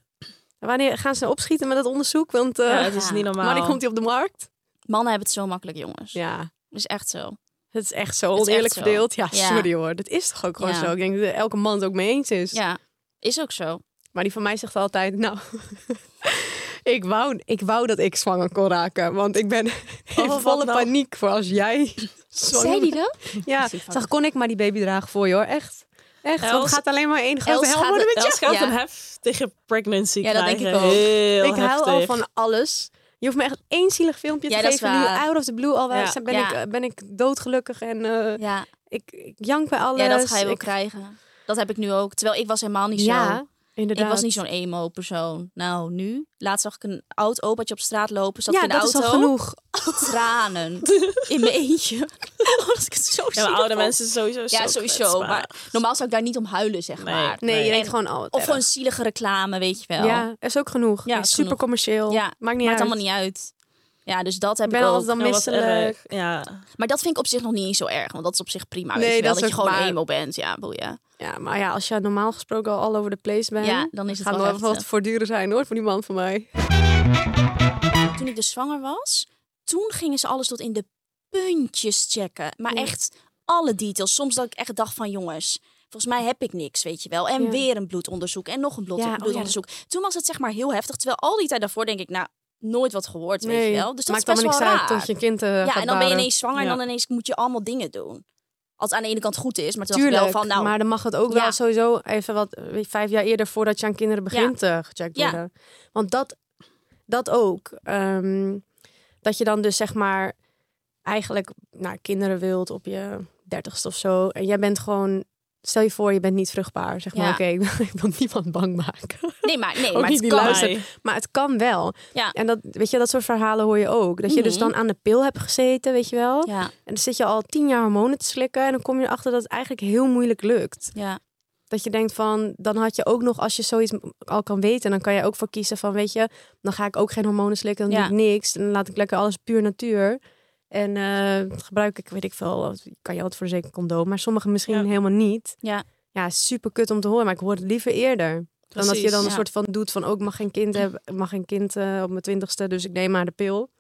En Wanneer gaan ze nou opschieten met dat onderzoek? Want eh
Ja, het is
Ja.
niet normaal.
wanneer komt die op de markt?
Mannen hebben het zo makkelijk, jongens.
Ja,
Dat is echt zo.
het is echt zo
Het is
oneerlijk
echt zo.
verdeeld. Ja,
Ja.
sorry hoor. Dat is toch ook gewoon
Ja.
zo. Ik denk dat elke man het ook mee eens is.
Ja, is ook zo.
Maar die van mij zegt altijd, nou, ik wou, ik wou dat ik zwanger kon raken. Want ik ben in
wat
volle
nou?
paniek voor als jij zwanger
Zei die dat?
Ja, zag kon ik maar die baby dragen voor je hoor. Echt. Echt, want
Els-
het gaat alleen maar één grote
Els
hel
gaat
worden
het-
met
Els
je.
gaat
Ja.
een heftige pregnancy
Ja, dat denk
krijgen.
ik ook.
Heel
Ik
heftig.
hou al van alles. Je hoeft me echt één zielig filmpje
Ja,
te
dat is
geven. Nu
waar.
out of the blue al
Ja.
was, dan ben,
Ja.
ik, eh, ben ik doodgelukkig en eh,
Ja.
ik, ik jank bij alles.
ja, dat ga je wel
ik,
krijgen. Dat heb ik nu ook. Terwijl ik was helemaal niet zo.
Ja,
Ik
inderdaad.
was niet zo'n emo-persoon. Nou, nu. Laatst zag ik een oud opaatje op straat lopen. Zat ik
ja,
in de
dat is
auto.
al genoeg.
Tranen. In mijn eentje. Oh, dat ik het zo
Ja, maar
zielig
oude
vond.
mensen sowieso
Ja,
zo
sowieso.
kwetsbaar.
Maar normaal zou ik daar niet om huilen, zeg
Nee.
maar.
Nee, je
En-
denkt gewoon, oh, wat
Of
erg.
gewoon zielige reclame, weet je wel.
Ja, is ook genoeg.
Ja,
Ja,
is
super
genoeg.
commercieel.
Ja,
maakt niet
Maakt
uit.
allemaal niet uit. Ja, dus dat heb
Ik
ik,
ben
ook.
altijd dan
Ja, wat
misselijk.
erg. Ja.
Maar dat vind ik op zich nog niet eens zo erg. Want dat is op zich prima, weet
Nee,
je wel.
dat
Dat,
is
je
ook
gewoon
maar-
emo bent. Ja, boeien.
Ja, maar ja, als je normaal gesproken al all over the place bent,
Ja, dan is het
gaat
wel
nog
echt,
even wat
eh.
voortduren zijn hoor, voor die man van mij.
Toen ik dus zwanger was, toen gingen ze alles tot in de puntjes checken. Maar
Ja.
echt alle details. Soms dat ik echt dacht van jongens... Volgens mij heb ik niks, weet je wel. En
Ja.
weer een bloedonderzoek en nog een bloed-
Ja, oh ja,
bloedonderzoek. Toen was het zeg maar heel heftig. Terwijl al die tijd daarvoor denk ik, nou, nooit wat gehoord, weet
Nee,
je wel. Dus dat
maakt
is best
allemaal
wel
niks
raar.
uit tot je een kind eh, gaat
Ja, en dan ben je
baren.
ineens zwanger
Ja.
en dan ineens moet je allemaal dingen doen. Als het aan de ene kant goed is, maar toen dacht ik
Tuurlijk,
wel van, nou,
maar dan mag het ook
Ja.
wel sowieso even wat weet je, vijf jaar eerder voordat je aan kinderen begint eh, gecheckt
Ja.
worden. Want dat Dat ook. Ehm, dat je dan dus zeg maar eigenlijk naar kinderen wilt op je dertigste of zo. En jij bent gewoon... Stel je voor, je bent niet vruchtbaar. Zeg maar,
Ja.
oké, ik wil- ik wil niemand bang maken.
Nee, maar, nee,
Ook
maar
niet
het
die
kan.
luistert.
Ai.
Maar het kan wel.
Ja.
En dat, weet je, dat soort verhalen hoor je ook. Dat je dus
Mhm.
dan aan de pil hebt gezeten, weet je wel.
Ja,
En dan zit je al tien jaar hormonen te slikken. En dan kom je erachter dat het eigenlijk heel moeilijk lukt.
ja.
Dat je denkt van, dan had je ook nog, als je zoiets m- al kan weten, dan kan je ook voor kiezen van, weet je, dan ga ik ook geen hormonen slikken, dan
Ja.
doe ik niks. En dan laat ik lekker alles puur natuur. En eh, gebruik ik, weet ik veel, wat- kan je altijd voor zeker condoom, maar sommigen misschien
Ja.
helemaal niet.
Ja.
Ja, super kut om te horen, maar ik hoor het liever eerder. Dan dat je
Precies,
dan een
ja.
soort van doet van, ook mag geen kind hebben, ik mag geen kind eh, op mijn twintigste, dus ik neem maar de pil.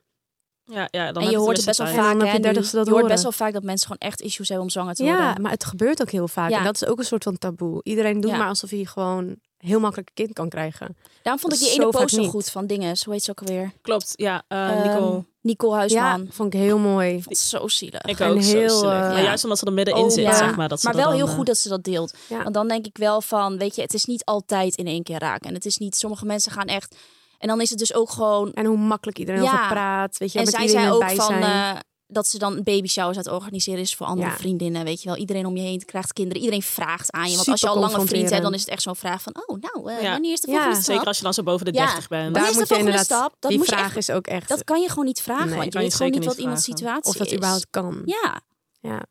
Ja, ja, dan
en je
heb dus
hoort
de
het best wel
rest
En dan
vaak.
op
hè,
je
nu.
dertigste dat
je hoort
horen.
best wel vaak dat mensen gewoon echt issues hebben om zwanger te worden.
Ja, maar het gebeurt ook heel vaak.
Ja.
En dat is ook een soort van taboe. Iedereen doet
Ja.
maar alsof hij gewoon heel makkelijk een kind kan krijgen.
Daarom vond
Dat
ik die
is
ene
zo vaak
post zo
niet.
goed van dingen. Hoe heet ze ook alweer?
Klopt, ja. eh,
Ehm,
Nicole.
Nicole Huisman.
Ja, vond ik heel mooi.
Vond het Zo zielig.
Ik
en
ook, zo
heel,
zielig.
eh,
Maar
ja.
juist omdat ze er middenin
Oh,
zit,
ja.
zeg maar. Dat ze
maar
er
wel
dan,
heel
eh,
goed dat ze dat deelt.
Ja.
Want dan denk ik wel van, weet je, het is niet altijd in één keer raken. En het is niet, sommige mensen gaan echt... En dan is het dus ook gewoon...
En hoe makkelijk iedereen
Ja.
over praat. Weet je,
en
met
zij
iedereen
zei ook
erbij
van...
zijn.
eh, dat ze dan baby showers aan het organiseren is voor andere
Ja.
vriendinnen. Weet je wel, iedereen om je heen krijgt kinderen. Iedereen vraagt aan je. Want als je al lang een vriend hebt,
Superconfronterend.
dan is het echt zo'n vraag van... Oh, nou, eh,
Ja.
wanneer is de
Ja.
volgende stap?
Zeker als je dan zo boven de
Ja.
30 bent.
Daar-
Daar
is de
moet je
volgende
inderdaad,
stap? Dat
die
moet je
vraag
echt-
is ook echt...
Dat kan je gewoon niet vragen.
Nee,
want je
kan je
weet gewoon niet
zeker
wat
niet
iemands
vragen.
situatie
of dat
is.
überhaupt kan.
Ja.
Hm. Ja.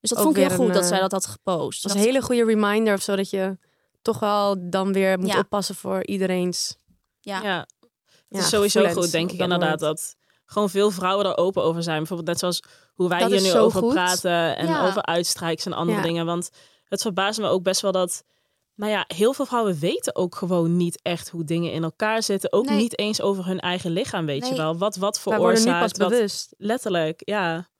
Dus dat
Ook
vond ik heel
weer
goed
een,
dat
eh,
zij dat had gepost.
Dat
Dat
is een hele goede reminder of zo. Dat je toch wel dan weer moet
Ja.
oppassen voor iedereens...
Ja.
Ja. Het
Ja,
is sowieso
gevoelens
goed, denk
op
ik
dat
inderdaad.
moment.
Dat gewoon veel vrouwen er open over zijn. Bijvoorbeeld net zoals hoe wij
Dat
hier
is
nu
zo
over
goed.
praten. En
Ja.
over uitstrijks en andere
Ja.
dingen. Want het verbaast me ook best wel dat... Nou ja, heel veel vrouwen weten ook gewoon niet echt hoe dingen in elkaar zitten. Ook
Nee.
niet eens over hun eigen lichaam, weet je
Nee.
wel. Wat wat
Wij worden nu pas
veroorzaakt. Wat,
bewust.
letterlijk, ja.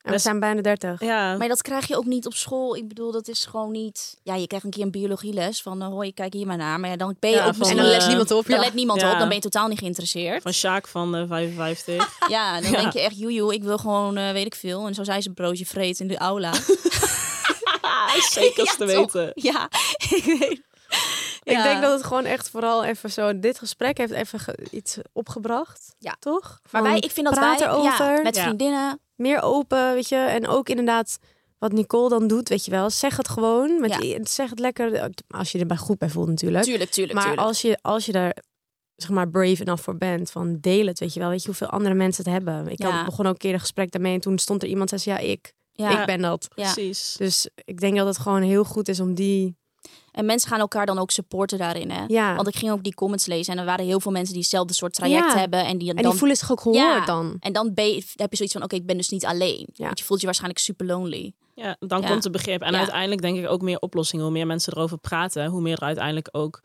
En we
best-
zijn bijna dertig.
ja.
Maar dat krijg je ook niet op school. Ik bedoel, dat is gewoon niet... Ja, je krijgt een keer een biologieles van... hoor hoi, kijk hier maar naar. Maar ja, dan ben je
Ja,
ook
van,
misschien...
En dan eh, let
niemand op,
Dan
ja.
let niemand
Ja.
op. Dan ben je totaal niet geïnteresseerd. Ah,
Van Sjaak van eh, 55.
Ja, dan
Ja.
denk je echt... joe, joe, ik wil gewoon, eh, weet ik veel. En zo zei ze een broodje vreet in de aula.
Zeker als te
Ja, toch?
weten.
ja, ik weet... Ja.
Ik denk dat het gewoon echt vooral even zo... Dit gesprek heeft even ge- iets opgebracht.
Ja.
Toch?
Maar wij,
Van
ik vind dat
praat
wij Ja,
erover.
met
Ja.
vriendinnen...
meer open, weet je. En ook inderdaad wat Nicole dan doet, weet je wel. Zeg het gewoon. Met, Zeg het lekker. eh, Als je er bij goed bij voelt natuurlijk.
Tuurlijk, tuurlijk,
maar
tuurlijk.
als je, als je daar zeg maar brave enough voor bent, van deel het, weet je wel. Weet je hoeveel andere mensen het hebben. Ik
Ja.
had, begon ook een keer een gesprek daarmee en toen stond er iemand zei, ze, ja, ik.
Ja.
Ik ben dat.
Ja.
Precies.
Dus ik denk dat het gewoon heel goed is om die...
En mensen gaan elkaar dan ook supporten daarin, hè?
Ja.
Want ik ging ook die comments lezen en er waren heel veel mensen die hetzelfde soort traject
Ja.
hebben. En, die, dan,
en die voelen zich ook gehoord
Ja.
dan.
en dan ben je- heb je zoiets van, oké, ik ben dus niet alleen.
Ja.
Want je voelt je waarschijnlijk super lonely.
Ja, dan
Ja.
komt het begrip. En
Ja.
uiteindelijk denk ik ook meer oplossingen. Hoe meer mensen erover praten, hoe meer er uiteindelijk ook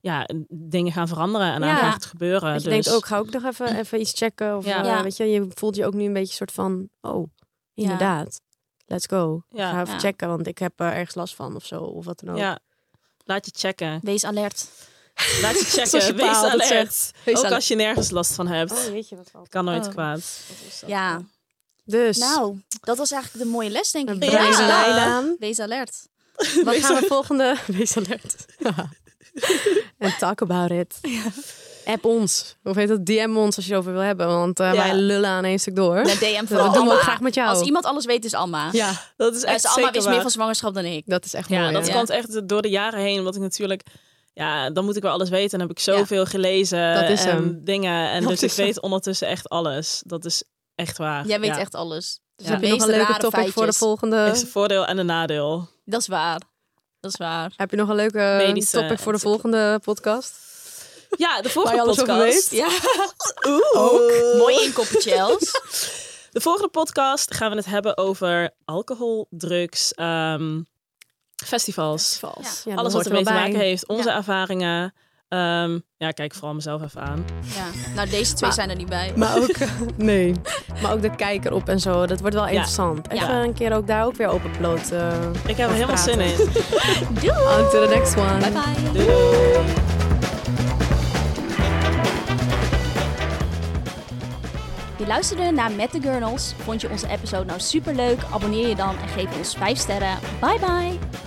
ja, dingen gaan veranderen en
Ja.
aan gaat gebeuren.
Dat je
dus
denkt ook, ga ook nog even, even iets checken. Of,
Ja.
eh,
Ja.
weet je, je voelt je ook nu een beetje soort van, oh, inderdaad. Let's go.
Ja.
Ga even
Ja.
checken, want ik heb eh, ergens last van of zo. Of wat dan ook.
ja, laat je checken.
Wees alert.
Laat je checken.
Zoals je
Wees
pa altijd
alert.
zegt. Wees
ook
alert.
als je nergens last van hebt.
Oh, weet je wat valt.
Kan nooit
Oh.
kwaad.
Ja.
Dus,
Nou, dat was eigenlijk de mooie les, denk
we
ik.
breien
Wees
de lijn
alert.
aan.
Wees alert.
Wat gaan we volgende? Wees alert. En talk about it. App ons. Of heet dat? DM ons als je erover wil hebben. Want eh,
Ja.
wij lullen aan één stuk door.
Met DM
dat
vooral
doen we
Alma.
ook graag met jou.
Als iemand alles weet, is Alma.
Ja,
Dat is
En
echt
ze Alma
zeker
wist
waar.
meer van zwangerschap dan ik.
dat is echt
Ja,
mooi.
dat
hè?
komt echt door de jaren heen. Omdat ik natuurlijk... Ja, dan moet ik wel alles weten. En heb ik zoveel gelezen.
Dat is
en
hem.
dingen. En
Dat
dus
is
ik
hem.
weet ondertussen echt alles. Dat is echt waar.
Jij weet
Ja.
echt alles.
Dus
Ja.
heb je
De
nog een
meest
leuke
rare
topic voor de
feitjes.
volgende?
Is een voordeel en een nadeel.
Dat is waar. Dat is waar.
Heb je nog een leuke eh,
Medische
topic voor de
encyclopedie.
volgende podcast?
Ja, de
Waar
vorige
je alles over
podcast.
weet?
Ja,
Ook.
mooi inkoppertje, Els.
De volgende podcast gaan we het hebben over alcohol, drugs, ehm, festivals.
Vals.
Alles wat ermee te maken heeft. Onze ervaringen. Ehm, ja, kijk vooral mezelf even aan.
Ja. Nou, deze twee zijn er niet bij.
Maar ook, eh, nee. maar ook de kijker op en zo. Dat wordt wel interessant. Even een keer ook daar ook weer openbloot. eh
Ik heb er helemaal zin in.
on to the next one.
Bye bye.
Doei, doei.
Je luisterde naar Met de Gurnals. Vond je onze episode nou superleuk? Abonneer je dan en geef ons 5 sterren. Bye bye!